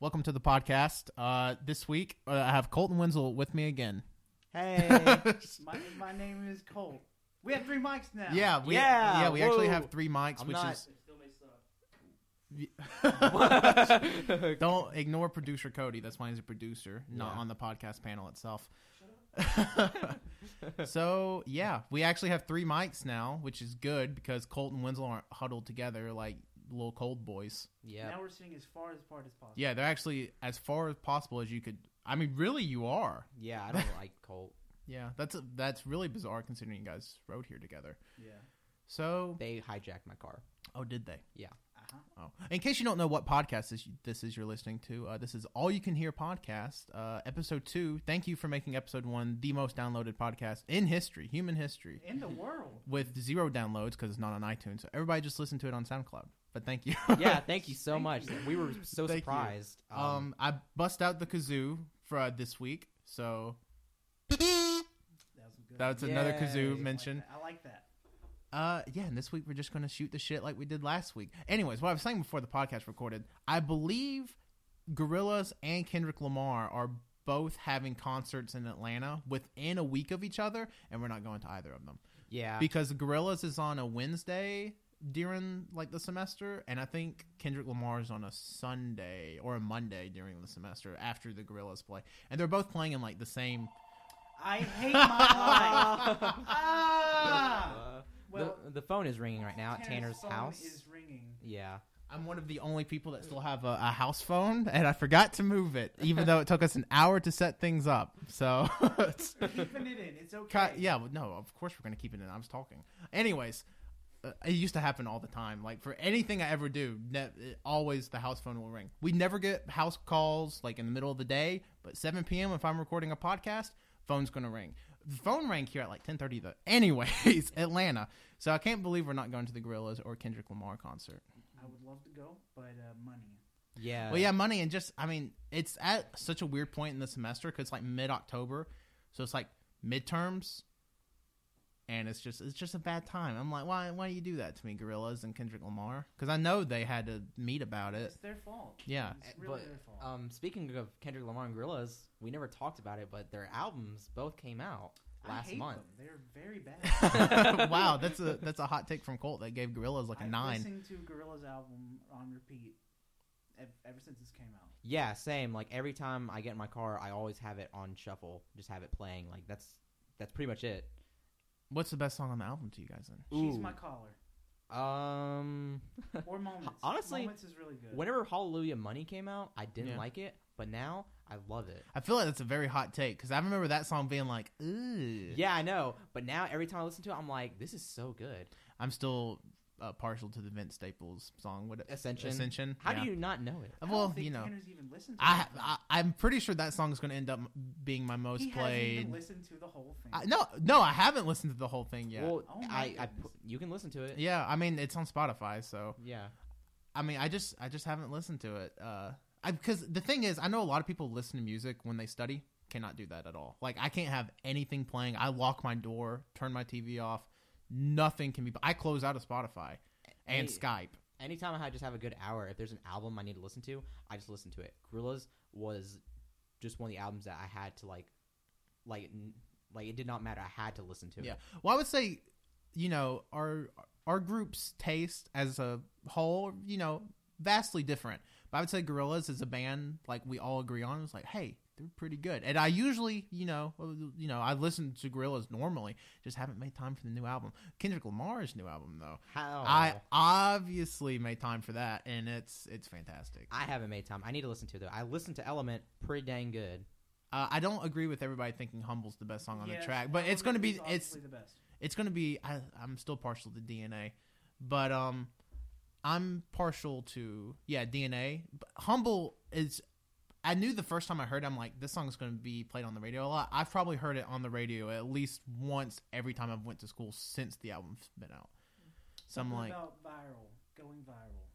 Welcome to the podcast. Uh, this week, uh, I have Colton Winslow with me again. Hey, my, my name is Cole. We have three mics now. Yeah, we, Yeah, yeah, we actually whoa. have three mics, I'm which not- is don't ignore producer Cody. That's why he's a producer, not Yeah. on the podcast panel itself. so yeah, we actually have three mics now, which is good because Colton Winslow aren't huddled together like little cold boys. yeah. Now we're sitting as far apart as possible. Yeah, they're actually as far as possible as you could. I mean, really, you are. Yeah, I don't like Colt. Yeah, that's that's really bizarre considering you guys rode here together. Yeah. So, They hijacked my car. oh, did they? Uh-huh. Oh, in case you don't know what podcast this, this is you're listening to, uh, this is All You Can Hear podcast, uh, episode two. Thank you for making episode one the most downloaded podcast in history, human history, In the world. with zero downloads because it's not on iTunes. So everybody just listen to it on SoundCloud. But thank you. Yeah, thank you so Thank much. you. We were so Thank you. surprised. um, I bust out the kazoo for uh, this week, so That was good. That was another Yay. kazoo I mention. Like that. I like that. Uh, yeah, and this week we're just gonna shoot the shit like we did last week. Anyways, what I was saying before the podcast recorded, I believe Gorillaz and Kendrick Lamar are both having concerts in Atlanta within a week of each other, and we're not going to either of them yeah, because Gorillaz is on a Wednesday during like the semester, and I think Kendrick Lamar is on a Sunday or a Monday during the semester after the Gorillaz play, and they're both playing in like the same. I hate Oh my life. ah! Uh, Well, the, the phone is ringing right now at Tanner's, phone house. is ringing. Yeah, I'm one of the only people that still have a, a house phone, and I forgot to move it, even though it took us an hour to set things up. So, it's, Keeping it in. It's okay. Ki- yeah, well, no, of course we're going to keep it in. I was talking. Anyways, uh, it used to happen all the time. Like, for anything I ever do, ne- it- always the house phone will ring. We never get house calls, like, in the middle of the day, but 7 p.m., if I'm recording a podcast, phone's going to ring. The phone rang here at, like, 10.30, though. Anyways, Atlanta. So I can't believe we're not going to the Gorillas or Kendrick Lamar concert. I would love to go, but uh, money. yeah. Well, yeah, money and just I mean, it's at such a weird point in the semester because like mid October, so it's like midterms, and it's just it's just a bad time. I'm like, why why do you do that to me, Gorillas and Kendrick Lamar? Because I know they had to meet about it. It's their fault. Uh, Yeah. It's Uh, really but, their fault. Um, speaking of Kendrick Lamar and Gorillaz, we never talked about it, but their albums both came out I last hate month. them. They're very bad. wow, that's a that's a hot take from Colt that gave Gorillas like a I've nine. listened to Gorilla's album on repeat ev- ever since this came out. Yeah, same. Like every time I get in my car, I always have it on shuffle, just have it playing. Like that's that's pretty much it. What's the best song on the album to you guys? Then She's Ooh. my caller. Um, Or moments. Honestly, moments is really good. whenever Hallelujah Money came out, I didn't Yeah. like it, but now I love it. I feel like that's a very hot take because I remember that song being like, ooh, Yeah, I know, but now every time I listen to it, I'm like, this is so good. I'm still uh, partial to the Vince Staples song. What Ascension. Ascension. How yeah. do you not know it? I don't Uh, Well, think you know. Tanner's even listened to I, it. I I'm pretty sure that song is going to end up being my most he hasn't played. even listened to the whole thing. I, no, no, I haven't listened to the whole thing yet. Well, Oh my I, I goodness. pu- you can listen to it. yeah, I mean it's on Spotify, so Yeah. I mean I just I just haven't listened to it. Uh, because the thing is, I know a lot of people listen to music when they study. Cannot do that at all. Like I can't have anything playing. I lock my door, turn my TV off. Nothing can be. I close out of Spotify and Hey. Skype. Anytime I just have a good hour, if there's an album I need to listen to, I just listen to it. Gorillaz was just one of the albums that I had to like, like, n- like it did not matter. I had to listen to it. Yeah. Well, I would say, you know, our our group's taste as a whole, you know, vastly different. But I would say Gorillaz is a band like we all agree on. It's like, hey, they're pretty good. And I usually, you know, you know, I listen to Gorillaz normally, just haven't made time for the new album. Kendrick Lamar's new album, though, How I obviously made time for that, and it's it's fantastic. I haven't made time. I need to listen to it though. I listened to Element pretty dang good. Uh, I don't agree with everybody thinking "Humble's" the best song on Yes, the track, but it's going Element to is be it's obviously the best. it's gonna be I, i'm still partial to dna but um i'm partial to yeah dna but humble is i knew the first time i heard it, i'm like this song's gonna be played on the radio a lot i've probably heard it on the radio at least once every time i've went to school since the album's been out so i'm Something like about viral, going viral.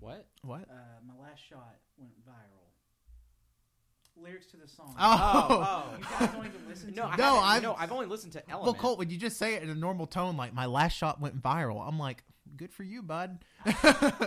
What? what Uh, my last shot went viral. Lyrics to the song. oh, oh. You guys don't even listen No, to I it. No, no, I've- I've no, I've only listened to Element. well colt would you just say it in a normal tone like my last shot went viral i'm like good for you, bud.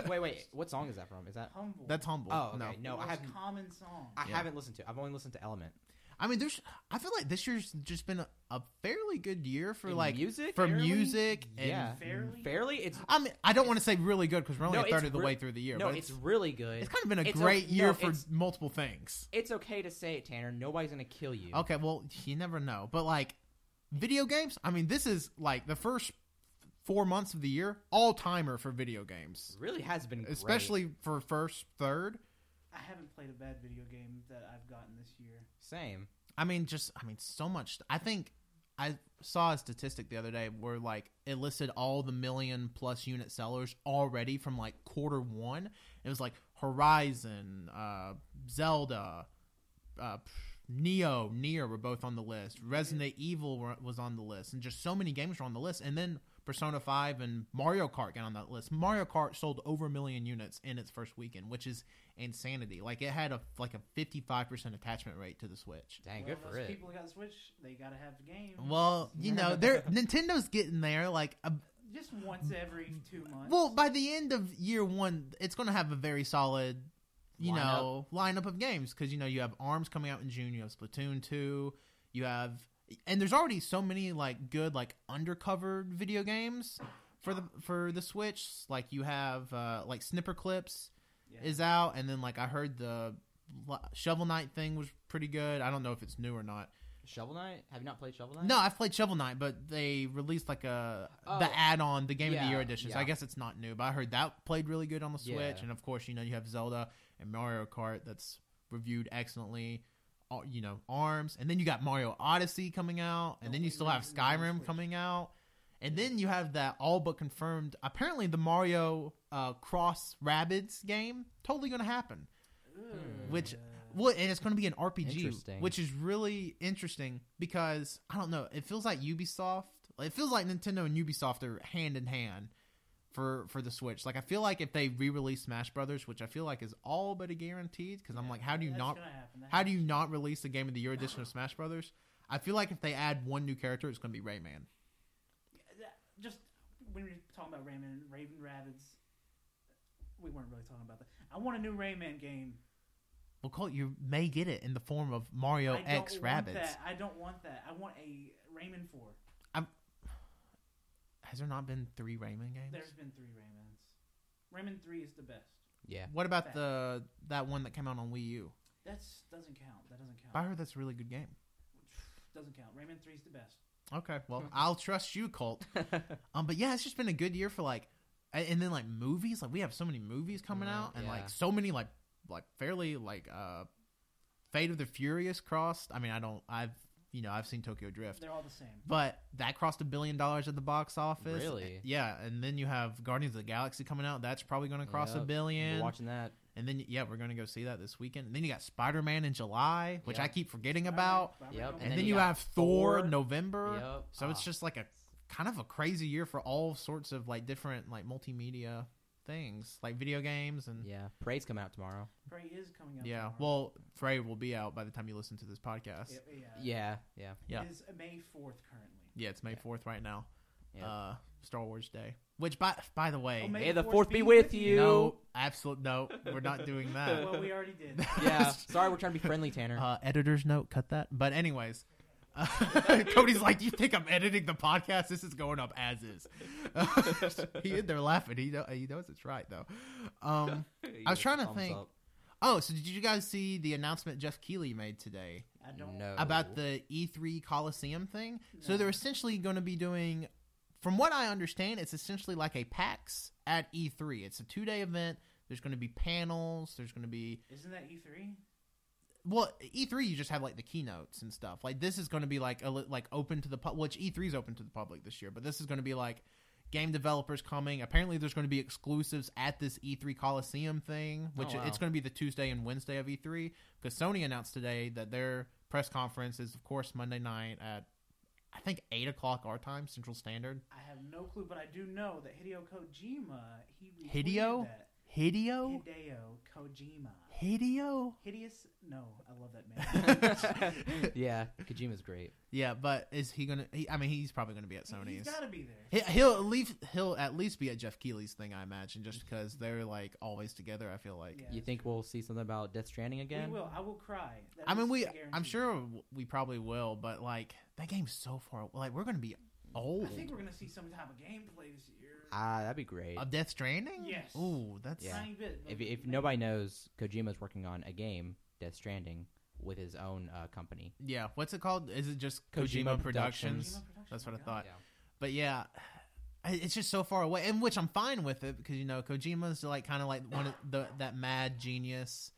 wait, wait. What song is that from? Is that? Humble. That's humble. Oh, no. okay. No, the I most haven't. common song. I Yeah. haven't listened to. it. I've only listened to Element I mean, there's. I feel like this year's just been a, a fairly good year for In like music. for fairly? music. And, Yeah. Fairly. Fairly, it's I mean, I don't want to say really good because we're only No, a third it's of the re- way through the year. no, but it's really good. it's kind of been a it's o- great no, year for it's- multiple things. It's okay to say it, Tanner. Nobody's gonna kill you. Okay, well, you never know. But like video games, I mean, this is like the first four months of the year, all timer for video games, Really has been great. especially for first, third. I haven't played a bad video game that I've gotten this year. same. I mean, just I mean, so much. I think I saw a statistic the other day where like it listed all the million plus unit sellers already from like quarter one. It was like Horizon, uh, Zelda, uh, pff, Neo, Nier were both on the list. Resident Evil were, was on the list, and just so many games were on the list. And then Persona Five and Mario Kart got on that list. Mario Kart sold over a million units in its first weekend, which is insanity. Like it had a like a fifty five percent attachment rate to the Switch. Dang, Well, good for those it. People got a Switch. They gotta have the game. Well, you know, they're Nintendo's getting there. Like, a, just once every two months. well, by the end of year one, it's going to have a very solid, you Lineup. know, lineup of games because you know you have Arms coming out in June, you have Splatoon two, you have, and there's already so many like good like undercover video games for the for the Switch. Like you have uh, like Snipper Clips yeah. is out, and then like I heard the Lo- Shovel Knight thing was pretty good. I don't know if it's new or not. Shovel Knight. Have you not played Shovel Knight? No, I've played Shovel Knight, but they released like a Oh. the add-on, the Game of the Yeah, Year edition. So I yeah. guess it's not new, but I heard that played really good on the Switch, Yeah. and of course, you know, you have Zelda and Mario Kart that's reviewed excellently. All- You know, Arms, and then you got Mario Odyssey coming out, and then The Oh, you only still have reason I Skyrim switched. coming out, and then you have that all but confirmed. Apparently, the Mario uh, Cross Rabbids game totally going to happen. Ugh. which- Well, and it's going to be an RPG, Interesting. which is really interesting because I don't know. It feels like Ubisoft. It feels like Nintendo and Ubisoft are hand in hand for for the Switch. Like I feel like if they re-release Smash Brothers, which I feel like is all but a guaranteed, because I'm like, how do you That's not gonna happen. That how do you not release the Game of the Year edition of Smash Brothers? I feel like if they add one new character, it's going to be Rayman. happens. That- just when you're talking about Rayman, Raven Rabbids, we weren't really talking about that. I want a new Rayman game. Well, Colt, you may get it in the form of Mario I don't X want Rabbits. that. I don't want that. I want a Rayman four. Has there not been three Rayman games? There's been three Raymans. Rayman three is the best. Yeah. What about the that one that came out on Wii U? That's doesn't count. That doesn't count. I heard that's a really good game. Doesn't count. Rayman three is the best. Okay, well, I'll trust you, Colt. Um, but yeah, it's just been a good year for like, a- and then like movies. Like we have so many movies coming Right, out, and yeah. like so many like like fairly like uh, Fate of the Furious crossed. I mean, I don't. I've you know I've seen Tokyo Drift, They're all the same. but that crossed a billion dollars at the box office. Really? Yeah, and then you have Guardians of the Galaxy coming out. That's probably going to cross a Yep. We're billion. watching that. and then yeah, we're going to go see that this weekend. And then you got Spider Man in July, which Yep. I keep forgetting about. Robert Yep, Downey And, then, you, got have Thor, Thor. in November. Yep. So it's Ah. just like a kind of a crazy year for all sorts of like different like multimedia things, like video games and yeah. Yeah. Parade's coming out tomorrow. Prey is coming out. tomorrow. Well, Frey will be out by the time you listen to this podcast. It- yeah, Yeah. Yeah. yeah. It is May fourth currently. Yeah, it's May Yeah. fourth right now. Yeah. Uh, Star Wars Day. Which by by the way, Oh, May May the the fourth be with you. no, absolute no, we're not doing that. well, we already did. Yeah. Sorry, we're trying to be friendly, Tanner. Uh, editor's note, cut that. But anyways, uh, Cody's like, "You think I'm editing the podcast? This is going up as is." he in there laughing. He know, he knows it's right though. Um, I was trying to Thumbs think. up. oh, so did you guys see the announcement Jeff Keeley made today I don't. No. about the E3 Coliseum thing? So No. they're essentially going to be doing, from what I understand, it's essentially like a PAX at E3. It's a two day event. There's going to be panels. There's going to be Isn't that E three? well, E3 you just have like the keynotes and stuff. Like this is going to be like a, li- like open to the pub. Which E3 is open to the public this year, but this is going to be like game developers coming. Apparently, there's going to be exclusives at this E3 Coliseum thing, which wow. it's going to be the Tuesday and Wednesday of E3 because Sony announced today that their press conference is of course Monday night at I think eight o'clock our time Central Standard. I have no clue, but I do know that Hideo Kojima he retweeted Hideo? that. Hideo? Hideo Kojima. Hideo? Hideous? No, I love that man. yeah, Kojima's great. Yeah, but is he gonna? He, I mean, he's probably gonna be at He's Sony's. got to be there. He- He'll at least he'll at least be at Jeff Keighley's thing, I imagine, just because they're like always together. I feel like. Yeah. You think we'll see something about Death Stranding again? We will. I will cry. That I mean, is we. a guarantee. I'm sure we probably will, but like that game's so far. Like we're gonna be I old. think we're gonna see some type of gameplay this year. Ah, that'd be great. Of Death Stranding. Yes. Ooh, that's. Yeah. Tiny bit. but if if maybe. nobody knows, Kojima's working on a game, Death Stranding, with his own uh, company. Yeah. What's it called? Is it just Kojima, Productions? Kojima Productions. Kojima Productions, That's what I my thought. God. But yeah, I- it's just so far away, and which I'm fine with it because you know Kojima's like kind of like one of the that mad genius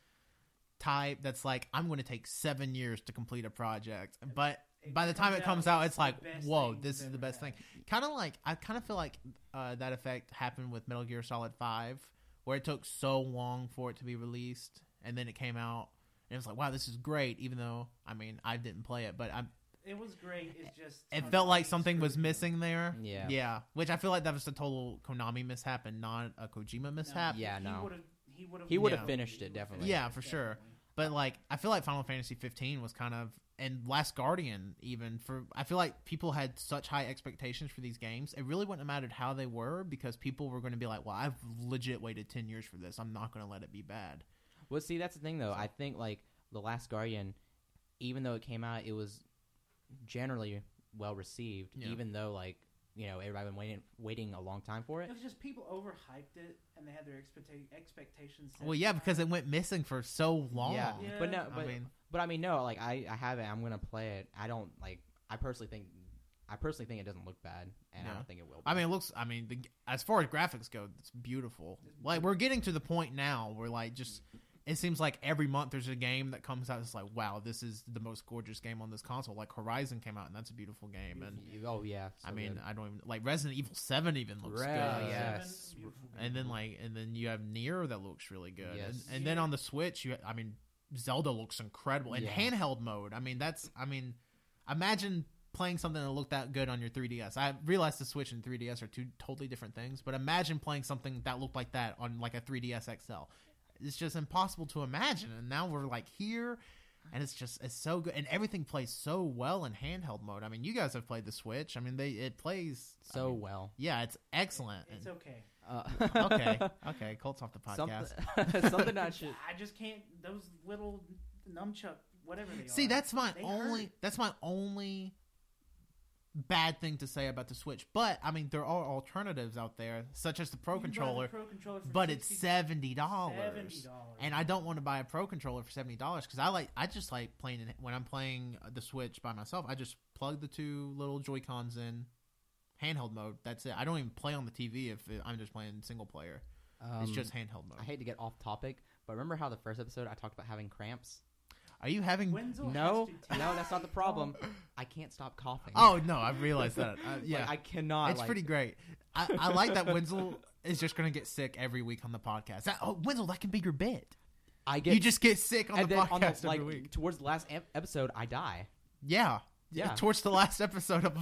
type that's like I'm going to take seven years to complete a project, but by the time it comes out, it's the like, best whoa, thing this we've is the ever best had. thing. Kind of like I kind of feel like uh, that effect happened with Metal Gear Solid Five, where it took so long for it to be released, and then it came out, and it was like, wow, this is great. Even though I mean I didn't play it, but I It was great. It's just it felt like Konami something was screwed them. missing there. Yeah. Yeah. Which I feel like that was a total Konami mishap and not a Kojima mishap. Yeah, no. He would've- He would have. He would've Yeah. finished it, definitely. Yeah, for sure. But like I feel like Final Fantasy 15 was kind of and Last Guardian even for I feel like people had such high expectations for these games. It really wouldn't have mattered how they were because people were going to be like, "Well, I've legit waited 10 years for this. I'm not going to let it be bad." Well, see, that's the thing though. I think like the Last Guardian, even though it came out, it was generally well received. Yeah. Even though like you know everybody been waiting waiting a long time for it. It was just people overhyped it, and they had their expecta- expectations. set Well, yeah, high. because it went missing for so long. Yeah. Yeah. but no, I but mean- but I mean no. Like I I have it. I'm gonna play it. I don't like. I personally think. I personally think it doesn't look bad, and I Yeah. don't think it will. Be. I mean, it looks. I mean, the, as far as graphics go, it's beautiful. Like we're getting to the point now where like just it seems like every month there's a game that comes out. It's like wow, this is the most gorgeous game on this console. Like Horizon came out, and that's a beautiful game. And You- oh yeah. I so mean, good. I don't even like Resident Evil Seven even looks good. Re- Seven, yeah. Oh, yes. beautiful game. And then like, and then you have Nier that looks really good. Mm-hmm. Yes. And, and then on the Switch, you I mean, Zelda looks incredible in Yeah. handheld mode. I mean, that's I mean, imagine playing something that looked that good on your 3DS. I realize the Switch and 3DS are two totally different things, but imagine playing something that looked like that on like a 3DS XL. It's just impossible to imagine. And now we're like here and it's just it's so good and everything plays so well in handheld mode. I mean, you guys have played the Switch. I mean, they it plays I so mean, well. yeah, it's excellent. it's okay. Uh, okay. Okay, Colts off the podcast. Something, something I should. I just can't. Those little numchuck, whatever they are. See, that's my They only. hurt. That's my only bad thing to say about the Switch. But I mean, there are alternatives out there, such as the Pro You buy the Controller. Pro Controller for but it's 60 seventy $70. dollars, and I don't want to buy a Pro Controller for seventy dollars because I like. I just like playing it when I'm playing the Switch by myself. I just plug the two little Joy Cons in. Handheld mode. That's it. I don't even play on the TV if it- I'm just playing single player. it's um, just handheld mode. I hate to get off topic, but remember how the first episode I talked about having cramps? Are you having? Wenzel has No, to take no, that's not the off. problem. I can't stop coughing. Oh no, I realized that. Uh, Like, yeah, I cannot. it's like- pretty great. I, I like that Wenzel is just going to get sick every week on the podcast. That- oh, Wenzel, that can be your bit. I get you just get sick on and the then podcast on every the, like week. towards the last ep- episode, I die. Yeah. Yeah. Towards the last episode of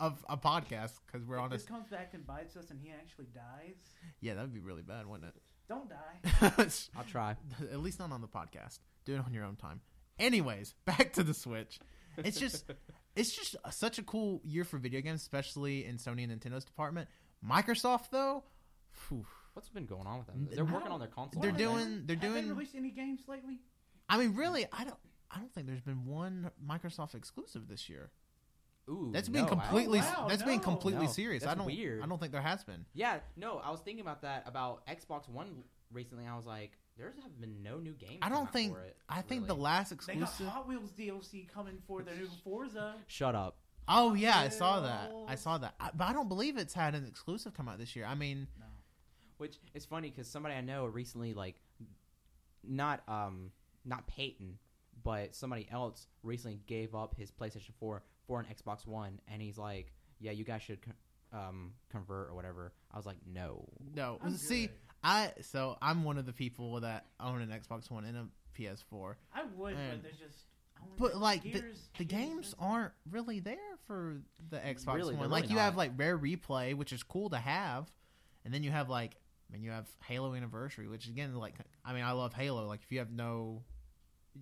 of a podcast because we're If on a this comes back and bites us, and he actually dies. yeah that would be really bad, wouldn't Don't die. it? I'll try. At least not on the podcast. Do it on your own time. Anyways, back to the Switch. It's just it's just such a cool year for video games, especially in Sony and Nintendo's department. Microsoft though, phew, What's been going on with them? N- They're I working don't- on their console. they're aren't they? doing they're Have they doing released any games lately? I mean, really, I don't. I don't think there's been one Microsoft exclusive this year. Ooh, That's been no, I- completely. Oh, wow, that's been no. completely No, serious. I that's don't. weird. I don't think there has been. Yeah, no, I was thinking about that about Xbox One recently. I was like, there's have been no new games. I come don't out think. for it, I think the really. last They got exclusive. Hot Wheels DLC coming for their new Forza. Shut up. Oh yeah, I saw that. I Wheels. saw that. I, but I don't believe it's had an exclusive come out this year. I mean, No. Which is funny because somebody I know recently, like, not um, not Peyton, but somebody else recently gave up his PlayStation Four for an Xbox One, and he's like, "Yeah, you guys should con- um, convert or whatever." I was like, "No." no. I'm See, good. I so I'm one of the people that own an Xbox One and a PS4. I would, Man. but there's just. I don't But know, like the, Gears- the Gears games is- aren't really there for the Xbox Really, One. they're Like really you have not. like Rare Replay, which is cool to have, and then you have like I mean, you have Halo Anniversary, which again, like, I mean, I love Halo. Like, if you have no,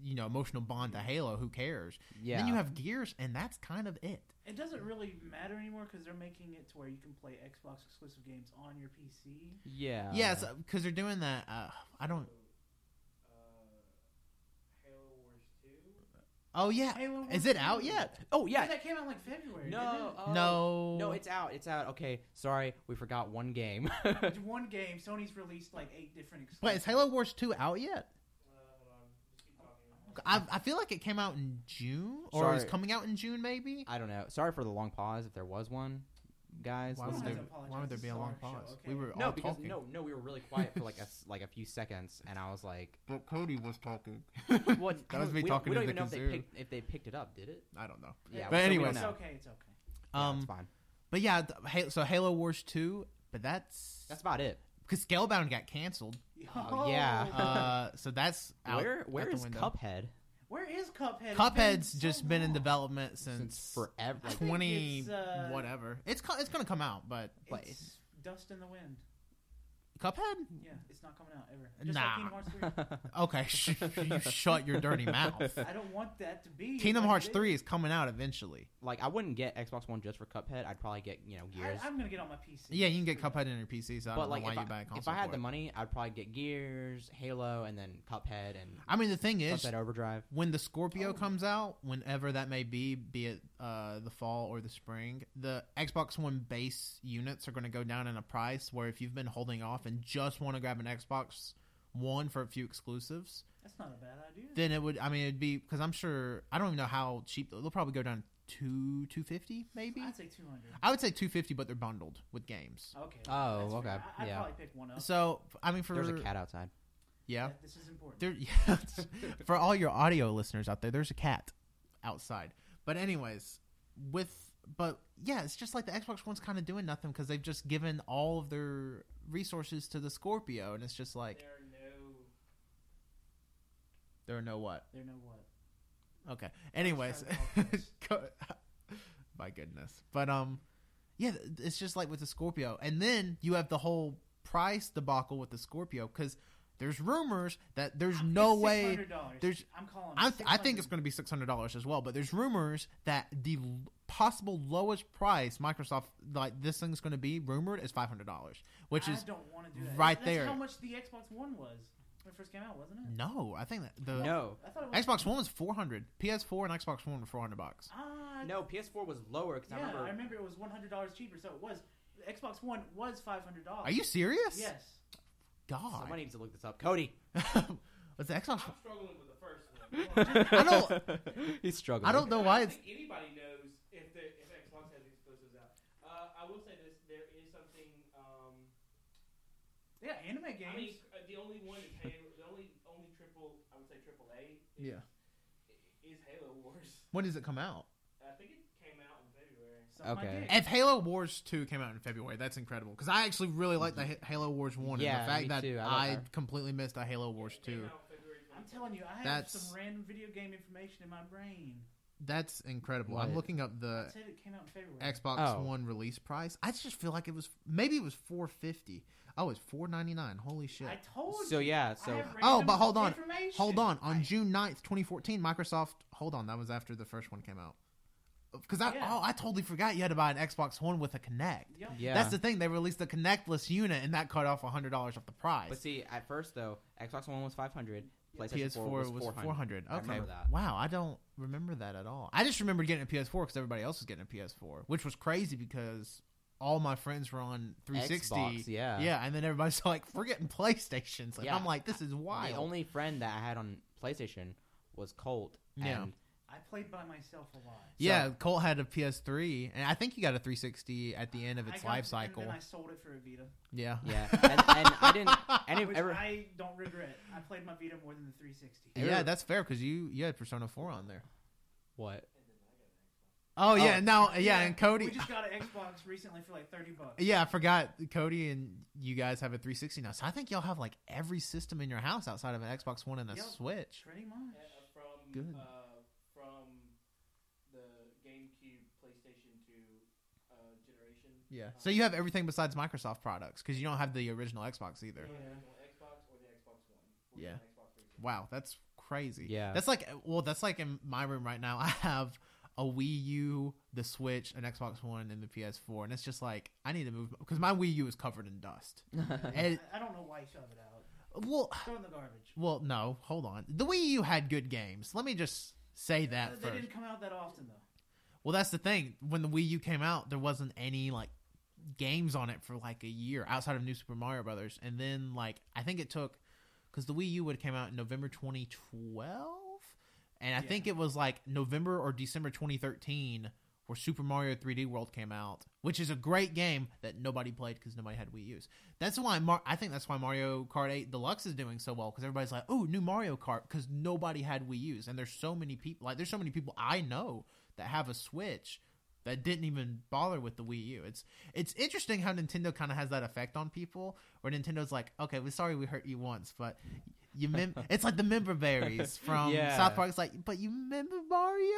you know, emotional bond to Halo, who cares? Yeah. Then you have Gears, and that's kind of it. It doesn't really matter anymore because they're making it to where you can play Xbox exclusive games on your PC. yeah. yes, because they're doing that. Uh, I don't. uh, Halo Wars 2. Oh yeah, Halo is Wars it two. out yet? Oh yeah. that came out in, like February. No. didn't oh, no, No, it's out. It's out. Okay. Sorry, we forgot one game. it? It's one game. Sony's released like eight different. Exclusives. But is Halo Wars two out yet? Uh, hold on. Just keep talking. I, I feel like it came out in June, or is Sorry. coming out in June maybe. I don't know. Sorry for the long pause if there was one, guys. Why we would, let's don't there, do- have to apologize. why would there be a long It's our pause? show, okay? We were No, all because talking. no, no, we were really quiet for like a, s- like a few seconds, and I was like, But Cody was talking. "What?" That was me we talking don't, we to don't the kazoo. even know if they, picked, if they picked it up, did it? I don't know. Yeah, But so we anyway. don't it's know. okay. It's okay. Yeah, Um, it's fine. but yeah, th- Ha- so Halo Wars two, but that's That's about it. because Scalebound got canceled. Oh, yeah. Uh, so that's out where where out the is window. Cuphead Where is Cuphead? It's Cuphead's been so just been in long. development since, since, forever? I think twenty it's, uh, whatever. It's co- it's gonna come out, but But It's dust in the wind. Cuphead. Yeah, it's not coming out ever. Just Nah. like Kingdom Hearts 3. Okay, sh- you shut your dirty mouth. I don't want that to be. Kingdom what Hearts it is. three is coming out eventually. like I wouldn't get Xbox One just for Cuphead. I'd probably get you know Gears. I, I'm gonna get on my PC. Yeah, you can get Cuphead in your PC. So I don't but like know why if, you I, buy a console. if I had for the it. money, I'd probably get Gears, Halo, and then Cuphead and I mean the thing is, Cuphead Overdrive. when the Scorpio Oh. comes out, whenever that may be, be it uh, the fall or the spring, the Xbox One base units are going to go down in a price. Where if you've been holding off and just want to grab an Xbox One for a few exclusives, that's not a bad idea. then it would. I mean, it'd be because I'm sure I don't even know how cheap they'll probably go down to two fifty maybe. I'd say 200. I would say two fifty, but they're bundled with games. Okay. Oh, that's fair. okay, I, I'd yeah. probably pick one up. So I mean, for Oh. There's a cat outside. yeah, That- This is important. There, yeah, for all your audio listeners out there, there's a cat outside. But anyways, with but yeah, it's just like the Xbox One's kind of doing nothing because they've just given all of their resources to the Scorpio, and it's just like There are no. there are no what. There know what. Okay. Anyways, go- my goodness. But um, yeah, it's just like with the Scorpio, and then you have the whole price debacle with the Scorpio because there's rumors that there's I'm- no Ah, it's way. $600. there's- I'm calling. I, it I think it's $600. going to be six hundred dollars as well. But there's rumors that the l- possible lowest price Microsoft like this thing's going to be rumored is five hundred dollars, which I is don't want to do that. right That's there. How much the Xbox One was when it first came out, wasn't it? no. I think that the No, I thought it was Xbox One was four hundred. PS4 and Xbox One were four hundred bucks. Ah, no, PS4 was lower because Yeah, I remember. it was one hundred dollars cheaper, so it was the Xbox One was five hundred dollars. Are you serious? Yes. God. Somebody needs to look this up. Cody. What's the Xbox? I'm struggling with the first one. He's struggling. I don't know why it's. think anybody knows if, the, if Xbox has exclusives out. Uh, I will say this: there is something. Um, Yeah, anime games. I mean, uh, the only one is Halo. The only only triple I would say triple A. Is, Yeah. Is Halo Wars. When does it come out? I think it came out in February. Suck my okay. dick. If Halo Wars Two came out in February, that's incredible because I actually really like the Ha- Halo Wars One. Mm-hmm. Yeah, and the fact me that too. I I, like that. completely missed a Halo Wars It Two. came out February I'm 23rd. telling you, I have That's- some random video game information in my brain. That's incredible. I'm What? looking up the I said it came out in February. Xbox Oh. One release price. I just feel like it was maybe it was 450. Oh, it's 499. Holy shit. I told you. So yeah, I so have Oh, random but hold on. information. Hold on, on I- June 9th, 2014, Microsoft Hold on, that was after the first one came out. Cuz I Yeah. oh, I totally forgot you had to buy an Xbox One with a Kinect. Yup. yeah. That's the thing. They released a Kinectless unit and that cut off $100 off the price. but see, at first though, Xbox One was 500, PlayStation PS4 was 400. 400. I Okay. remember that. Wow, I don't remember that at all. I just remember getting a PS4 because everybody else was getting a PS4, which was crazy because all my friends were on 360. Xbox, yeah. Yeah, and then everybody's like, we're getting PlayStations. Like, Yeah. I'm like, this is wild. The only friend that I had on PlayStation was Colt. Yeah. and- I played by myself a lot. yeah, Colt had a PS3, and I think you got a 360 at the end of I its got- life And cycle. then I sold it for a Vita, Yeah. yeah, and, and I didn't. Any, which ever, I don't regret. I played my Vita more than the 360. Yeah, that's fair because you, you had Persona 4 on there. what? Oh, yeah, Oh. no, yeah, and Cody. We just got an Xbox recently for like thirty bucks. Yeah, I forgot Cody and you guys have a 360 now. So I think y'all have like every system in your house outside of an Xbox One and a Yep. Switch. Pretty much. Uh, from Good. Uh, from the GameCube, PlayStation 2 uh, generation. Yeah. So you have everything besides Microsoft products because you don't have the original Xbox either. You don't have Yeah. the original Xbox or the Xbox One. or Yeah. the Xbox 360. Wow, that's crazy. Yeah. That's like well, that's like in my room right now. I have a Wii U, the Switch, an Xbox One, and the PS4, and it's just like I need to move because my Wii U is covered in dust. And I, I don't know why you shove it out. well, Throw it in the garbage. well, no, hold on. The Wii U had good games. Let me just say that Uh, they first. didn't come out that often though. Well, that's the thing. When the Wii U came out, there wasn't any like games on it for like a year outside of New Super Mario Brothers, and then like I think it took because the Wii U would have came out in November 2012, and I Yeah. think it was like November or December 2013 where Super Mario 3D World came out, which is a great game that nobody played because nobody had Wii U's. That's why Mar- I think that's why Mario Kart 8 Deluxe is doing so well because everybody's like, "Oh, new Mario Kart," because nobody had Wii U's, and there's so many people like there's so many people I know that have a Switch that didn't even bother with the Wii U. It's it's interesting how Nintendo kind of has that effect on people, where Nintendo's like, "Okay, we're sorry we hurt you once, but." You mem- it's like the member berries from Yeah. South Park. It's like, but you remember Mario?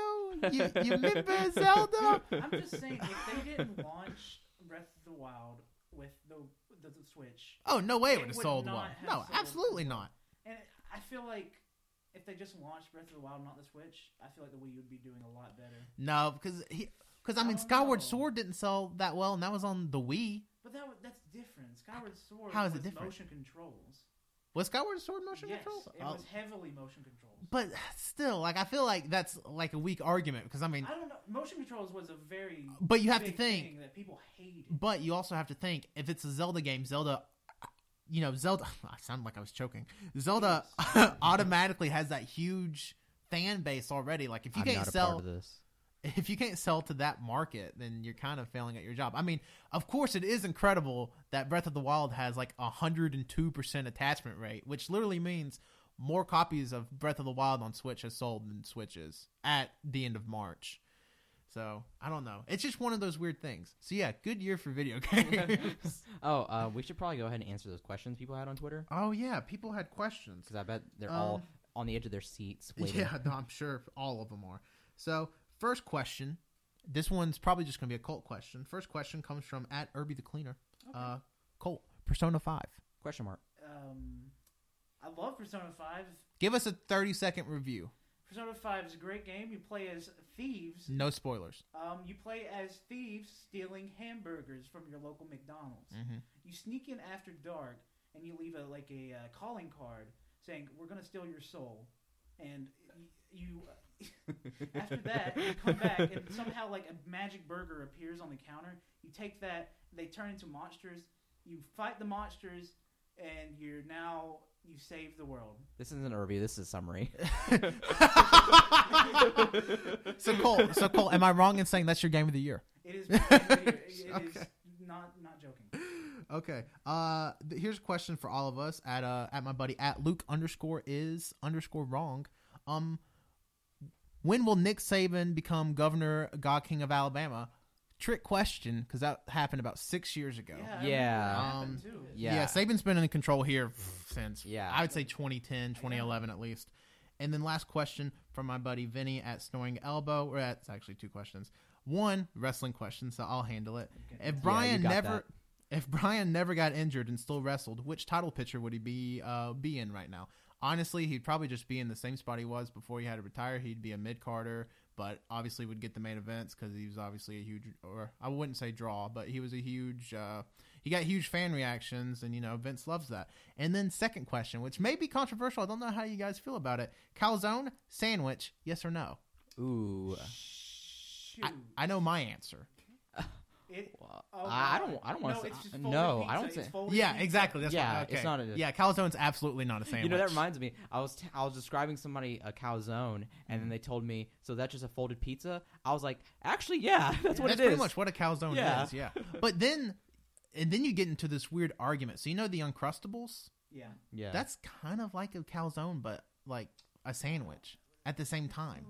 You, you remember Zelda? I'm just saying if they didn't launch Breath of the Wild with the the, the Switch, Oh no way! It It would have would sold not one. have No, sold. absolutely not. and I feel like if they just launched Breath of the Wild, not the Switch, I feel like the Wii would be doing a lot better. No, because he, because I mean, Oh, Skyward no. Sword didn't sell that well, and that was on the Wii. But that wa- that's different. Skyward Sword How is it was different? motion controls. Was Skyward Sword motion yes, controls? it Oh. was heavily motion controls. But still, like I feel like that's like a weak argument because I mean, I don't know. Motion controls was a very but you have to big think. thing that people hated. But you also have to think if it's a Zelda game, Zelda, you know, Zelda. I sound like I was choking. Zelda automatically has that huge fan base already. Like if you I'm can't not a sell, part of this. if you can't sell to that market, then you're kind of failing at your job. I mean, of course, it is incredible that Breath of the Wild has like a 102% attachment rate, which literally means more copies of Breath of the Wild on Switch has sold than Switches at the end of March. So, I don't know. It's just one of those weird things. So, yeah, good year for video games. Oh, uh, we should probably go ahead and answer those questions people had on Twitter oh, yeah, people had questions. because I bet they're all Um, on the edge of their seats waiting. Yeah, no, I'm sure all of them are. So, first question. This one's probably just going to be a cult question. First question comes from at Irby the Cleaner. Okay. Uh, Colt, Persona 5. Question mark. um, I love Persona Five. Give us a 30 second review. Persona Five is a great game. You play as thieves. No spoilers. Um, you play as thieves stealing hamburgers from your local McDonald's. Mhm. You sneak in after dark and you leave a like a uh, calling card saying, "We're gonna steal your soul," and y- you. After that, you come back and somehow like a magic burger appears on the counter. You take that, they turn into monsters. You fight the monsters, and you're now you save the world. This isn't a review. This is a summary. so, Colt, so Colt, am I wrong in saying that's your game of the year? It is. it is Okay. not not joking. Okay. Uh, th- here's a question for all of us at uh at my buddy at Luke underscore is underscore wrong. Um, when will Nick Saban become governor, God King of Alabama? Trick question, because that happened about six years ago. Yeah. I remember Yeah. that happened, Um, too. Yeah. Saban's been in control here since Yeah. I would say 2010, 2011 at least. And then last question from my buddy Vinny at Snoring Elbow. Or that's actually two questions. One wrestling question, so I'll handle it. Okay. If Brian got never, if Brian never got injured and still wrestled, which title picture would he be uh, be in right now? Honestly, he'd probably just be in the same spot he was before he had to retire. He'd be a mid Carter, but obviously would get the main events because he was obviously a huge, or I wouldn't say draw, but he was a huge. Uh, he got huge fan reactions, and you know Vince loves that. And then second question, which may be controversial, I don't know how you guys feel about it. Calzone sandwich, yes or no? Ooh. Shoot. I, I know my answer. It- oh, I I God. don't. I don't want no, to. it's just say, uh, folded no, pizza. I don't. It's Say, folded Yeah, pizza. exactly. That's Yeah, what, okay. it's not a- yeah. Calzone's absolutely not a sandwich. you know that reminds me. I was t- I was describing somebody a calzone, Mm. and then they told me, "So that's just a folded pizza." I was like, "Actually, yeah, that's what That's it pretty is." much what a calzone Yeah. is. Yeah, but then and then you get into this weird argument. So you know the uncrustables. Yeah. yeah, That's kind of like a calzone, but like a sandwich at the same time.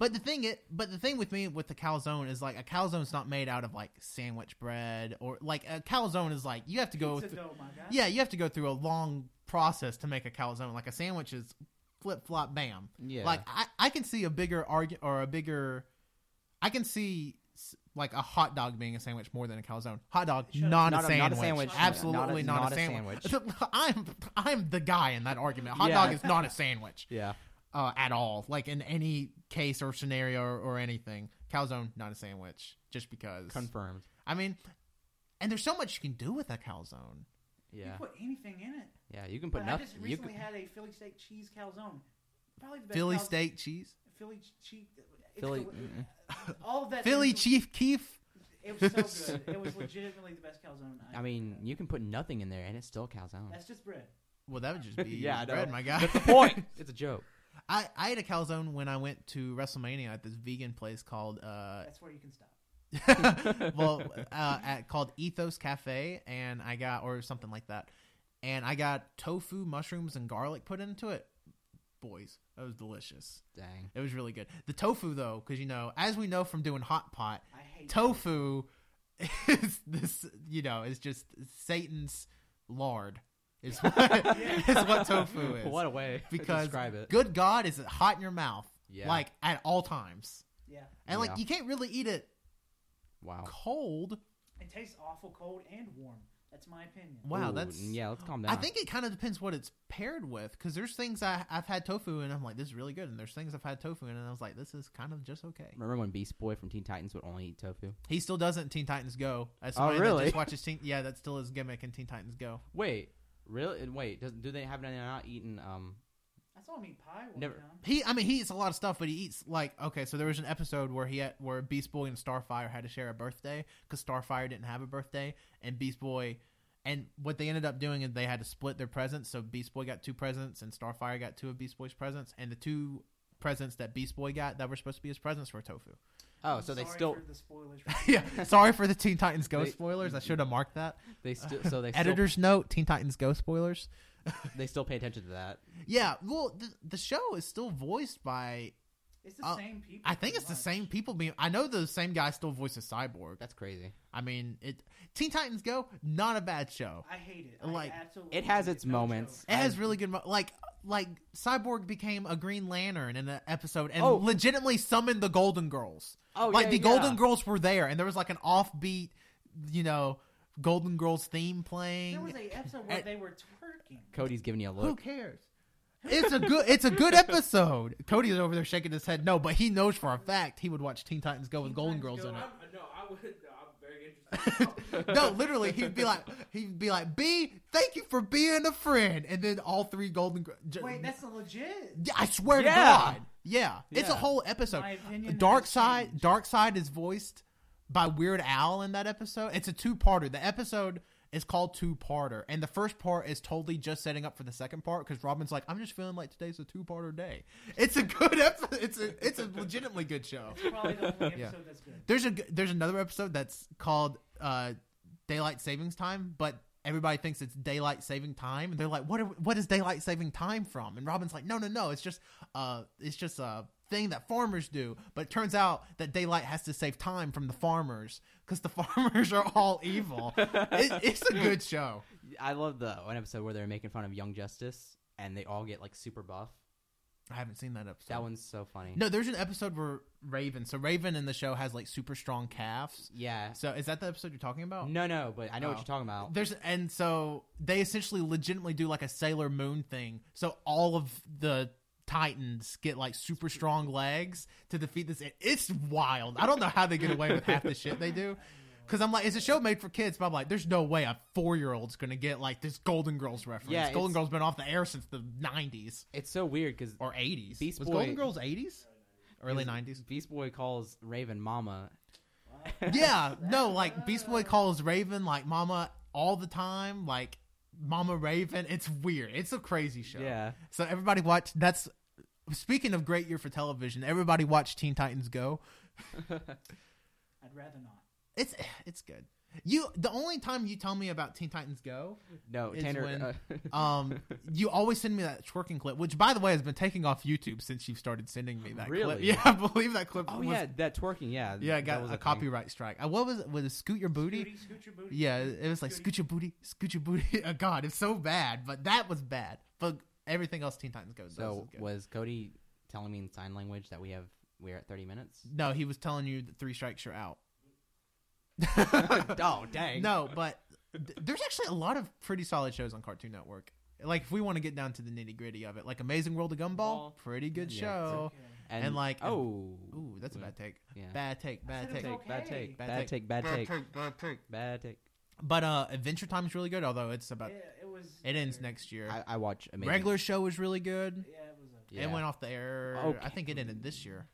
But the thing it but the thing with me with the calzone is like a calzone's not made out of like sandwich bread or like a calzone is like you have to go Pizza through, dough, my guy. Yeah, you have to go through a long process to make a calzone. Like a sandwich is flip flop bam. yeah. Like I, I can see a bigger argument or a bigger I can see s- like a hot dog being a sandwich more than a calzone. Hot dog, Shut up. not, Not a a- sandwich. not a sandwich. Absolutely Not a- not, not a a sandwich. I'm I'm the guy in that argument. Hot Yeah. dog is not a sandwich Yeah. uh, at all, like in any case or scenario or, or anything. Calzone, not a sandwich, just because. Confirmed. I mean, and there's so much you can do with a calzone. You Yeah. put anything in it. Yeah. You can put But I nothing. just You recently can, had a Philly steak cheese calzone. Probably the best Philly calz- steak cheese, Philly ch- cheese. it's Philly- mm, deli- all of that. Philly it was- Chief Keef. It was so good. It was legitimately the best calzone. I mean, you can put nothing in there and it's still calzone. that's just bread. Well, that would just be Yeah, I know. bread, my guy. That's the point. it's a joke. I, I ate a calzone when I went to WrestleMania at this vegan place called uh, That's where you can stop. well uh, at, called Ethos Cafe, and I got or something like that, and I got tofu, mushrooms, and garlic put into it. Boys, that was delicious. Dang. It was really good. The tofu though, because you know, as we know from doing hot pot, I hate tofu is this you know is just Satan's lard. Is what, is what tofu is. What a way to because describe it. good God, is it hot in your mouth? Yeah. Like at all times, Yeah, and Yeah. like you can't really eat it Wow. cold. it tastes awful cold and warm. That's my opinion. Wow, Ooh, that's yeah. Let's calm down. I think it kind of depends what it's paired with, because there's things I, I've had tofu and I'm like, this is really good, and there's things I've had tofu in and I was like, this is kind of just okay. Remember when Beast Boy from Teen Titans would only eat tofu? He still doesn't Teen Titans Go. As Oh, somebody that really? Just watches Teen. Yeah, that's still his gimmick in Teen Titans Go. Wait, really? And Wait, does, do they have they not eaten? Um, I saw him eat pie one Never- time. He, I mean, he eats a lot of stuff, but he eats like okay. So there was an episode where he had, where Beast Boy and Starfire had to share a birthday because Starfire didn't have a birthday, and Beast Boy, and what they ended up doing is they had to split their presents. So Beast Boy got two presents, and Starfire got two of Beast Boy's presents, and the two presents that Beast Boy got that were supposed to be his presents were tofu. oh, I'm so they sorry still for the spoilers. yeah, sorry for the Teen Titans Go They- spoilers. I should have marked that. they still so they Editor's note: Teen Titans Go spoilers. still, they still pay attention to that. Yeah, well, the, the show is still voiced by. It's the Uh, same people. I think pretty it's the much. same people being. I know the same guy still voices Cyborg. That's crazy. I mean, it. Teen Titans Go, not a bad show. I hate it. Like, I absolutely it has hate its No joke. moments. It has really good, mo- like, like Cyborg became a Green Lantern in an episode and Oh. legitimately summoned the Golden Girls. Oh, like yeah, the yeah. Golden Girls were there, and there was like an offbeat, you know, Golden Girls theme playing. There was a episode where And- they were twerking. Cody's giving you a Who look. cares? It's a good it's a good episode. Cody's over there shaking his head no, but he knows for a fact he would watch Teen Titans Go with Teen Golden Titans Girls Go, in I'm, it. no, I would. No, I'm very interested. No, literally, he'd be like he'd be like, B, thank you for being a friend and then all three golden Gr- j- Wait, that's not legit. I swear Yeah. to God. Yeah. It's a Yeah. whole episide. My opinion Dark has Side changed. Dark Side is voiced by Weird Al in that episode. It's a two parter. The episode is called Two Parter. And the first part is totally just setting up for the second part because Robin's like, I'm just feeling like today's a two parter day. It's a good episode. It's a it's a legitimately good show. It's probably the only episode Yeah. that's good. There's a g- there's another episode that's called uh, Daylight Savings Time, but everybody thinks it's Daylight Saving Time, and they're like, "What? Are, what is Daylight Saving Time from?" And Robin's like, "No, no, no. It's just uh, it's just a thing that farmers do." But it turns out that daylight has to save time from the farmers because the farmers are all evil. it, it's a good show. I love the one episode where they're making fun of Young Justice and they all get like super buff. I haven't seen that episode. That one's so funny. No, there's an episode where Raven. So Raven in the show has like super strong calves. Yeah. So is that the episode you're talking about? No, no, but I know what Oh. you're talking about. There's and so they essentially legitimately do like a Sailor Moon thing. So all of the Titans get like super strong legs to defeat this. It's wild. I don't know how they get away with half the shit they do. Cause I'm like, it's a show made for kids, but I'm like, there's no way a four year old's gonna get like this Golden Girls reference. Yeah, Golden it's- Girls been off the air since the '90s It's so weird because or '80s. Beast Was Boy- Golden Girls '80s? Early '90s. Beast Boy calls Raven Mama. yeah, no, like Beast Boy calls Raven like Mama all the time, like Mama Raven. It's weird. It's a crazy show. Yeah. So everybody watch. That's speaking of great year for television. Everybody watch Teen Titans Go. I'd rather not. It's it's good. You the only time you tell me about Teen Titans Go, No, It's Tanner. when- uh, um, you always send me that twerking clip, which by the way has been taking off YouTube since you've started sending me that clip. Really? Yeah, I believe that clip. oh was, yeah, that twerking. Yeah. yeah, I that got was a, thing. copyright strike. Uh, what was it? Was it Scoot Your Booty? Scooty, scoot your booty. Yeah, it was like Booty. scoot your booty, scoot your booty. Oh, God, it's so bad, but that was bad. But everything else Teen Titans goes. So So good. was Cody telling me in sign language that we have we're at 30 minutes? no, he was telling you that three strikes you're out. oh dang. No, but th- there's actually a lot of pretty solid shows on Cartoon Network. Like if we want to get down to the nitty gritty of it, like Amazing World of Ball. Gumball, pretty good Yeah. show. Okay. and like- oh Ooh, that's a bad take. Yeah. Bad take. Bad said it take. was take, bad okay. take, Bad bad take. take, bad take, bad take. bad take. But uh, Adventure Time is really good, although it's about yeah, it was. it ends weird. next year. I, I watch amazing. Regular show was really good. Yeah, it was. Okay. Yeah. It went off the air. I Okay. think it ended this year.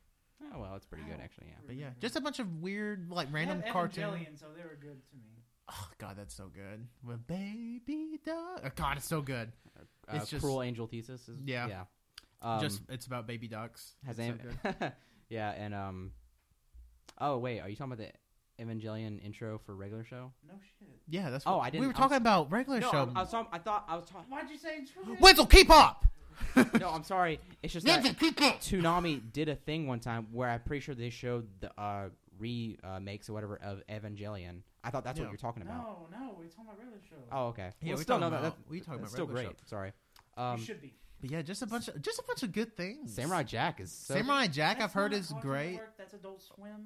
Oh well, it's pretty good actually. Yeah. But yeah, just a bunch of weird, like random Ev- cartoon. Evangelion, so they were good to me. Oh god, that's so good. With baby dog. Oh, god, it's so good. Uh, It's just- cruel angel thesis. Is, Yeah. Yeah. Um, just it's about baby ducks. has It's so any- good. yeah, and um. Oh wait, are you talking about the Evangelion intro for regular show? No shit. Yeah, that's. Oh, what- I We didn't- were I'm talking so- about regular No, show. I, I was talking. I thought I was talking. Why'd you say it's true? Wenzel, keep up. No, I'm sorry. It's just that Wenzel, keep up. Toonami did a thing one time where I'm pretty sure they showed the uh, remakes or whatever of Evangelion. I thought that's Yeah. what you're talking about. No, no, we're talking about regular show. Oh, okay. Yeah, Well, we're still, talking no, about- that, that's, we're talking that's about still regular great. show. Sorry. you Um, should be. But yeah, just a bunch of just a bunch of good things. Samurai Jack is so Samurai Jack, That's I've heard not is Cartoon great. Network, That's Adult Swim.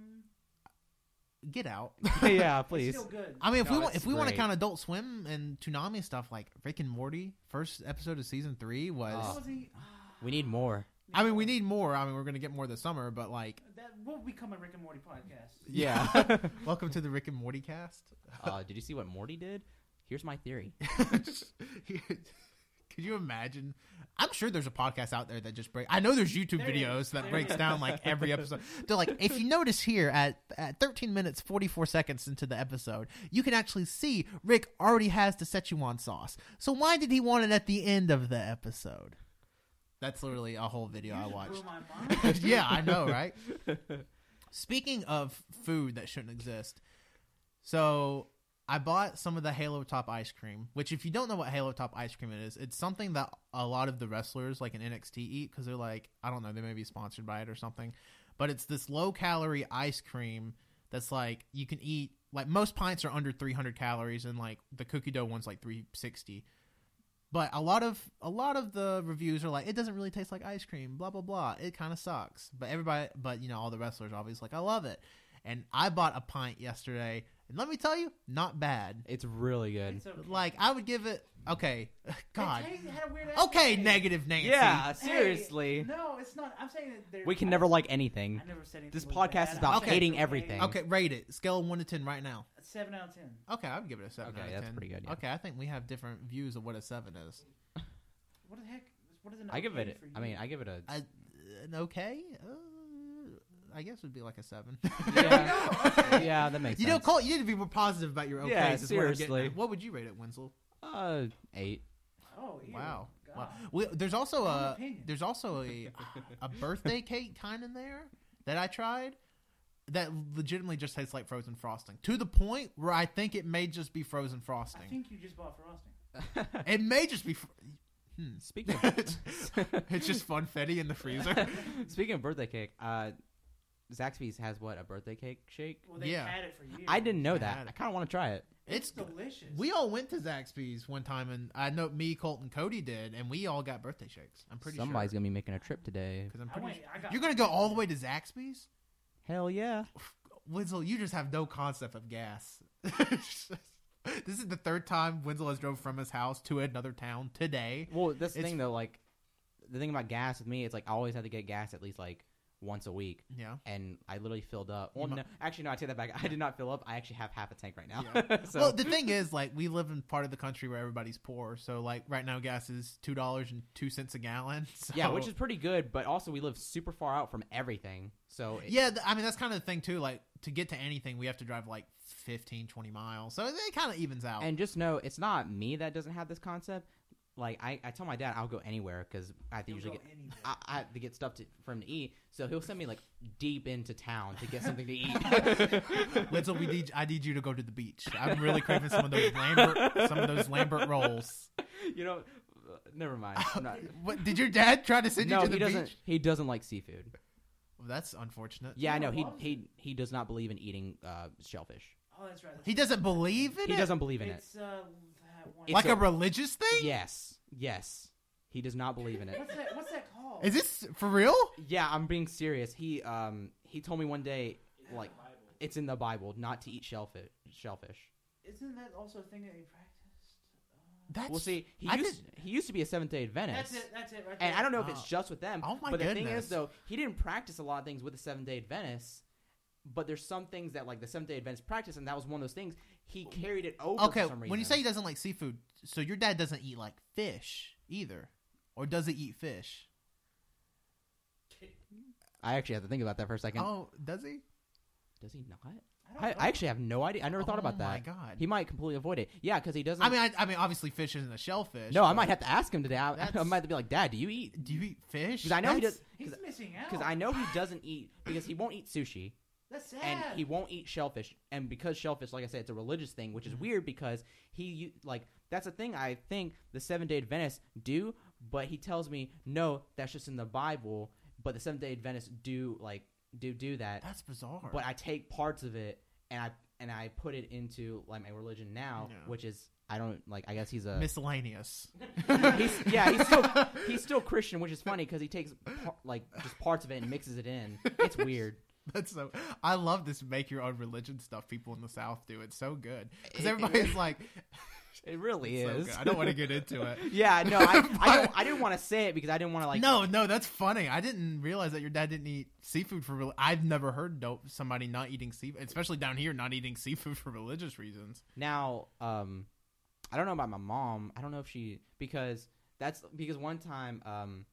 Get out. yeah, It's please. still good. I mean, if No, we want, it's if we want to great. count Adult Swim and Toonami stuff, like Rick and Morty, first episode of season three was. That Oh. wasn't- e- ah, We need more. uh, I mean, we need more. I mean, we're gonna get more this summer, but like, That will become a Rick and Morty podcast. Yeah. Yeah. welcome to the Rick and Morty cast. uh, did you see what Morty did? Here's my theory. Could you imagine? I'm sure there's a podcast out there that just break. I know there's YouTube There videos is. that There breaks is. down like every episode. They're like, if you notice here at, at 13 minutes 44 seconds into the episode, you can actually see Rick already has the Szechuan sauce. So why did he want it at the end of the episode? That's literally a whole video You I just watched. blew my mind. yeah, I know, right? Speaking of food that shouldn't exist, so I bought some of the Halo Top ice cream, which, if you don't know what Halo Top ice cream is, it's something that a lot of the wrestlers, like in NXT, eat because they're like, I don't know, they may be sponsored by it or something. But it's this low calorie ice cream that's like, you can eat, like, most pints are under 300 calories, and like the cookie dough one's like 360 but a lot of a lot of the reviews are like it doesn't really taste like ice cream blah blah blah it kind of sucks but everybody but you know all the wrestlers are obviously like i love it and i bought a pint yesterday and let me tell you not bad It's really good. It's okay. like i would give it okay god Hey, Teddy had a weird okay aftertaste. negative nancy Yeah, uh, Hey, seriously. no, it's not. I'm saying that they're- We can never like anything. I never said anything This was podcast bad. is I'm about saying hating it's okay. everything. okay rate it scale of 1 to 10 right now Seven out of ten. okay i would give it a 7 Okay, out of that's 10. pretty good, yeah. okay i think we have different views of what a 7 is What the heck? What is an I give okay it. for I you? mean, I give it a. I, an okay uh, i guess would be like a 7 Yeah. yeah, that makes You know, sense. Colt, you need to be more positive about your okays. Yeah, is what I'm getting seriously. at. What would you rate it, Wenzel? uh, eight. oh ew, Wow. God. Wow. We, there's also Wrong a opinion. there's also a a birthday cake kind in there that I tried that legitimately just tastes like frozen frosting to the point where I think it may just be frozen I frosting. think you just bought frosting. It may just be. Fr- Speaking of, it's just funfetti in the freezer. speaking of birthday cake, uh, Zaxby's has what a birthday cake shake. Well, they Yeah. had it for years. I didn't know I that. had I it. kind of want to try it. It's good. delicious. We all went to Zaxby's one time, and I know me, Colt, and Cody did, and we all got birthday shakes. I'm pretty Somebody's sure. gonna be making a trip today. Because I'm I pretty. went, sure- I got, You're gonna go all the way to Zaxby's. Hell yeah! Winslow, you just have no concept of gas. this is the third time Winslow has drove from his house to another town today. Well, that's the It's- thing though. Like the thing about gas with me, it's like I always have to get gas at least like once a week, Yeah. and I literally filled up. Well, mu- no, actually, no. I take that back. I did not fill up. I actually have half a tank right now. so well, the thing is, like, we live in part of the country where everybody's poor. So, like, right now, gas is two dollars and two cents a gallon. So, yeah, which is pretty good, but also we live super far out from everything. So it, yeah. th- I mean, that's kind of the thing too. Like, to get to anything, we have to drive like 15, 20 miles. So it kind of evens out. And just know it's not me that doesn't have this concept. Like I, I tell my dad I'll go anywhere because I have to You'll usually go get anywhere. I, I have to get stuff to, for him to eat. So he'll send me like deep into town to get something to eat. Winslow, we need I need you to go to the beach. I'm really craving some of those Lambert, some of those Lambert rolls. you know, uh, never mind. I'm not- What, did your dad try to send you no, to the he doesn't. beach? He doesn't like seafood. Well, that's unfortunate. Yeah, I No, know. He loves he he does not believe in eating uh, shellfish. Oh, that's right. He doesn't believe in He it. doesn't believe in it. It's uh, that one. It's like a- a, religious thing. Yes, yes. He does not believe in it. What's that? What's that called? Is this for real? yeah, I'm being serious. He um he told me one day like Bible. It's in the Bible not to eat shellfish. Shellfish. Isn't that also a thing that he practiced? Uh, That's Well, see, he I used he used to be a Seventh Day Adventist. that's it. That's it. Right And I don't know if Oh. it's just with them. Oh my but the thing goodness. is, though, he didn't practice a lot of things with the Seventh Day Adventists. But there's some things that like the Seventh Day Adventists practice, and that was one of those things he carried it over. okay. for some reason. When you say he doesn't like seafood, so your dad doesn't eat like fish either, or does he eat fish? I actually have to think about that for a second. Oh, does he? Does he not? don't I, know. I actually have no idea. I never thought Oh about my that. God. He might completely avoid it. Yeah, because he doesn't. I mean, I, I mean, obviously, fish isn't a shellfish. no, I but- might have to ask him today. I, I That's- might have to be like, Dad, do you eat? Do you eat fish? Because I know he That's- does. He's missing out. Because I know he doesn't eat because he won't eat sushi. That's sad. and he won't eat shellfish. And because shellfish, like I said, it's a religious thing, which is Mm-hmm. weird because he u- like that's a thing I think the Seventh Day Adventists do, but he tells me no, that's just in the Bible. But the Seventh Day Adventists do like do do that. That's bizarre. But I take parts of it and I and I put it into like my religion now, Yeah. which is I don't like. I guess he's a miscellaneous. he's, yeah he's still he's still Christian, which is funny because he takes par- like just parts of it and mixes it in. It's weird. That's so. I love this make your own religion stuff people in the South do. It's so good because everybody's like, It really so is. good. I don't want to get into it. Yeah, no, I, I, don't, But- I didn't want to say it because I didn't want to like. no, no, that's funny. I didn't realize that your dad didn't eat seafood for real. I've never heard no, somebody not eating seafood, especially down here, not eating seafood for religious reasons. Now, um, I don't know about my mom. I don't know if she because that's because one time, um,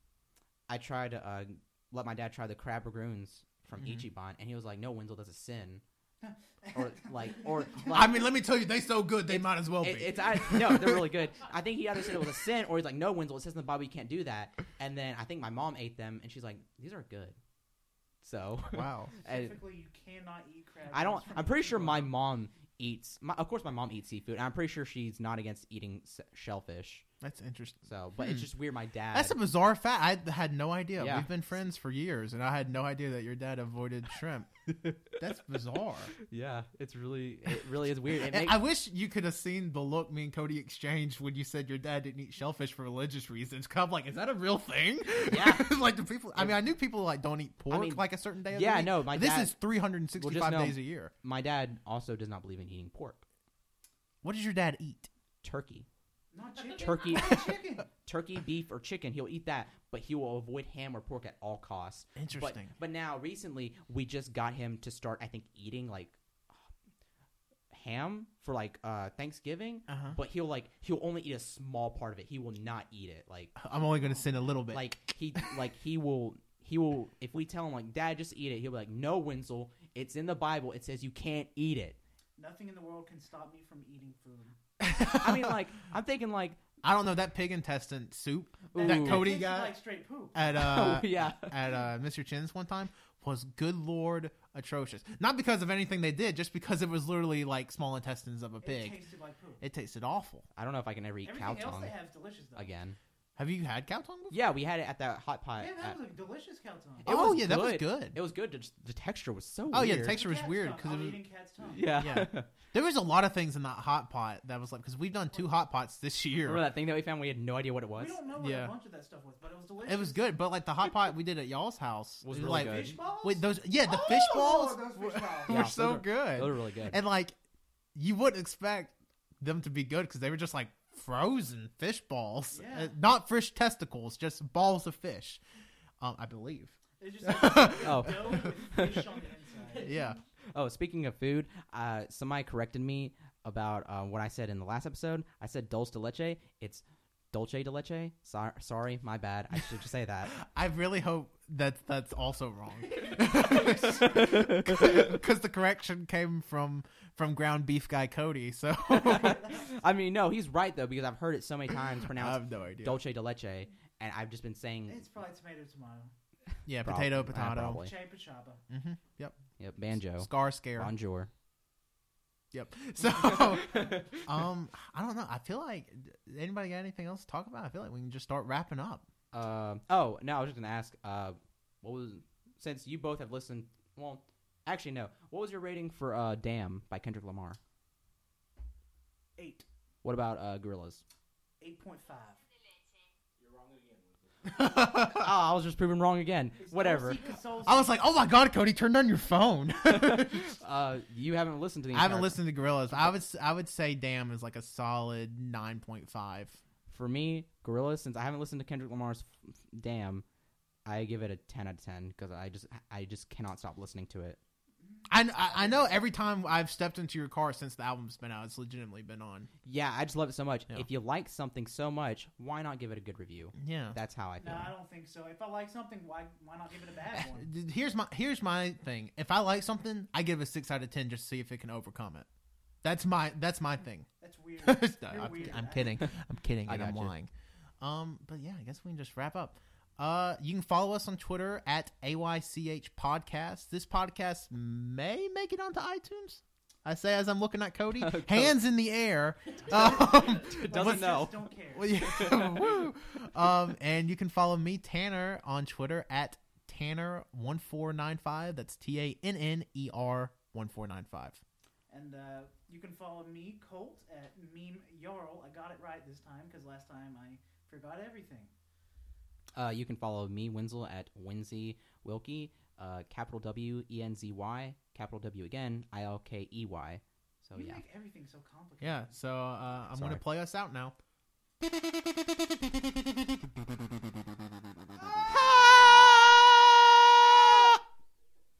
I tried to uh, let my dad try the crab ragoons from Mhm. Ichiban, and he was like, "No, Wenzel, that's a sin." or, like- or, like- I mean, let me tell you, they so good, they It- might as well It, be. it's I, no, they're really good. I think he either said it was a sin or he's like, "No, Wenzel, it says in the Bible you can't do that." And then I think my mom ate them, and she's like, "These are good." So wow. and- Specifically, you cannot eat crab. I don't. meat from I'm pretty sure Ichiban. my mom eats. My, of course, my mom eats seafood, and I'm pretty sure she's not against eating s- shellfish. That's interesting. So, but it's just weird. My dad. Hmm. That's a bizarre fact. I had no idea. Yeah. We've been friends for years, and I had no idea that your dad avoided shrimp. That's bizarre. yeah, it's really. It really is weird. It And makes, I wish you could have seen the look me and Cody exchanged when you said your dad didn't eat shellfish for religious reasons. 'Cause I'm like, is that a real thing? Yeah. like the people. I mean, I knew people like don't eat pork mean, like a certain day. Of yeah, the I week, know, my but this dad- is 365 Well, just know- days a year. my dad also does not believe in eating pork. What does your dad eat? Turkey, Not chicken. Turkey. Not chicken. turkey, beef, or chicken, he'll eat that, but he will avoid ham or pork at all costs. But, Interesting. but now recently we just got him to start. I think eating like ham for like uh Thanksgiving. Uh-huh. But he'll like he'll only eat a small part of it. He will not eat it. Like I'm only going to send a little bit. like he like he will he will if we tell him like dad just eat it he'll be like no Wenzel it's in the Bible it says you can't eat it Nothing in the world can stop me from eating food. I mean like I'm thinking like I don't know that pig intestine soup Ooh. that It Cody tasted got like straight poop. at uh, Oh, yeah at uh, Mr. Chin's one time was good lord atrocious. Not because of anything they did, just because it was literally like small intestines of a It pig. tasted like poop. It tasted awful. I don't know if I can ever eat cow Everything else tongue they have is delicious though. again Have you had cow tongue before? yeah we had it at that hot pot Yeah, at- that was a delicious cow tongue. It oh was yeah, that was good. good. it was good just the texture was so oh yeah, weird. the texture was Cat's weird tongue. because I it was was. eating cat's tongue. yeah Yeah. There was a lot of things in that hot pot that was like because we've done two hot pots this remember year. that thing that we found we had no idea what it was We don't know what Yeah. a bunch of that stuff was, but it was delicious. It was good, but like the hot pot we did at y'all's house Was it really like good. Fish balls? wait those yeah the Oh, fish balls those fish balls. were Yeah, so those are- good those were really good and like you wouldn't expect them to be good because they were just like frozen fish balls, Yeah. Uh, not fish testicles, just balls of fish. Um, I believe. It's just like Oh. oh. dough with fish on the inside. Yeah. Oh, speaking of food, uh, somebody corrected me about uh, what I said in the last episode. I said dulce de leche. It's dolce de leche. Sor- sorry, my bad. I should just say that. I really hope that that's also wrong, because the correction came from from ground beef guy Cody. So I I mean, no, he's right though because I've heard it so many times pronounced have no idea. dolce de leche, and I've just been saying It's probably tomato, tomato. yeah, prob- potato, uh, potato, probably. Chapa chapa. hmm yep, Yep, banjo, scar scare, bonjour. yep. So um, I don't know. I feel like anybody got anything else to talk about? I feel like we can just start wrapping up. Um oh no, I was just gonna ask. Uh, what was since you both have listened? Well, actually, no. What was your rating for uh, "Damn" by Kendrick Lamar? Eight. What about uh, Gorillas? Eight point five. You're wrong again. With Ah, I was just proven wrong again. It's Whatever. DLC consoles- I was like, oh my god, Cody, turned on your phone. I Uh, you haven't listened to the. haven't entire- listened to Gorillas. I would s- I would say Damn is like a solid nine point five. For me, Gorilla, since I haven't listened to Kendrick Lamar's f- "Damn," I give it a ten out of ten because I just I just cannot stop listening to it. I, kn- I I know every time I've stepped into your car since the album's been out, it's legitimately been on. Yeah, I just love it so much. Yeah. If you like something so much, why not give it a good review? Yeah. That's how I feel. No, I don't think so. If I like something, why why not give it a bad one? Here's my here's my thing. If I like something, I give it a six out of ten just to see if it can overcome it. That's my that's my thing. That's weird. No, You're I'm, weird. I'm kidding. I'm kidding, I and I'm gotcha. lying. Um, but yeah, I guess we can just wrap up. Uh, you can follow us on Twitter at AYCH Podcast. This podcast may make it onto iTunes. I say as I'm looking at Cody, hands in the air. Um, Doesn't Let's know. just Don't care. well, yeah, woo. Um, and you can follow me, Tanner, on Twitter at Tanner1495. That's T A N N E R 1495. And uh, you can follow me, Colt, at Meme Jarl. I got it right this time because last time I forgot everything. Uh, you can follow me, Winslow, at Winsy Wilkie, uh, capital W E N Z Y, capital W again, I L K E Y. So you yeah. make everything so complicated. Oh, Yeah, so uh, I'm going Sorry. to play us out now.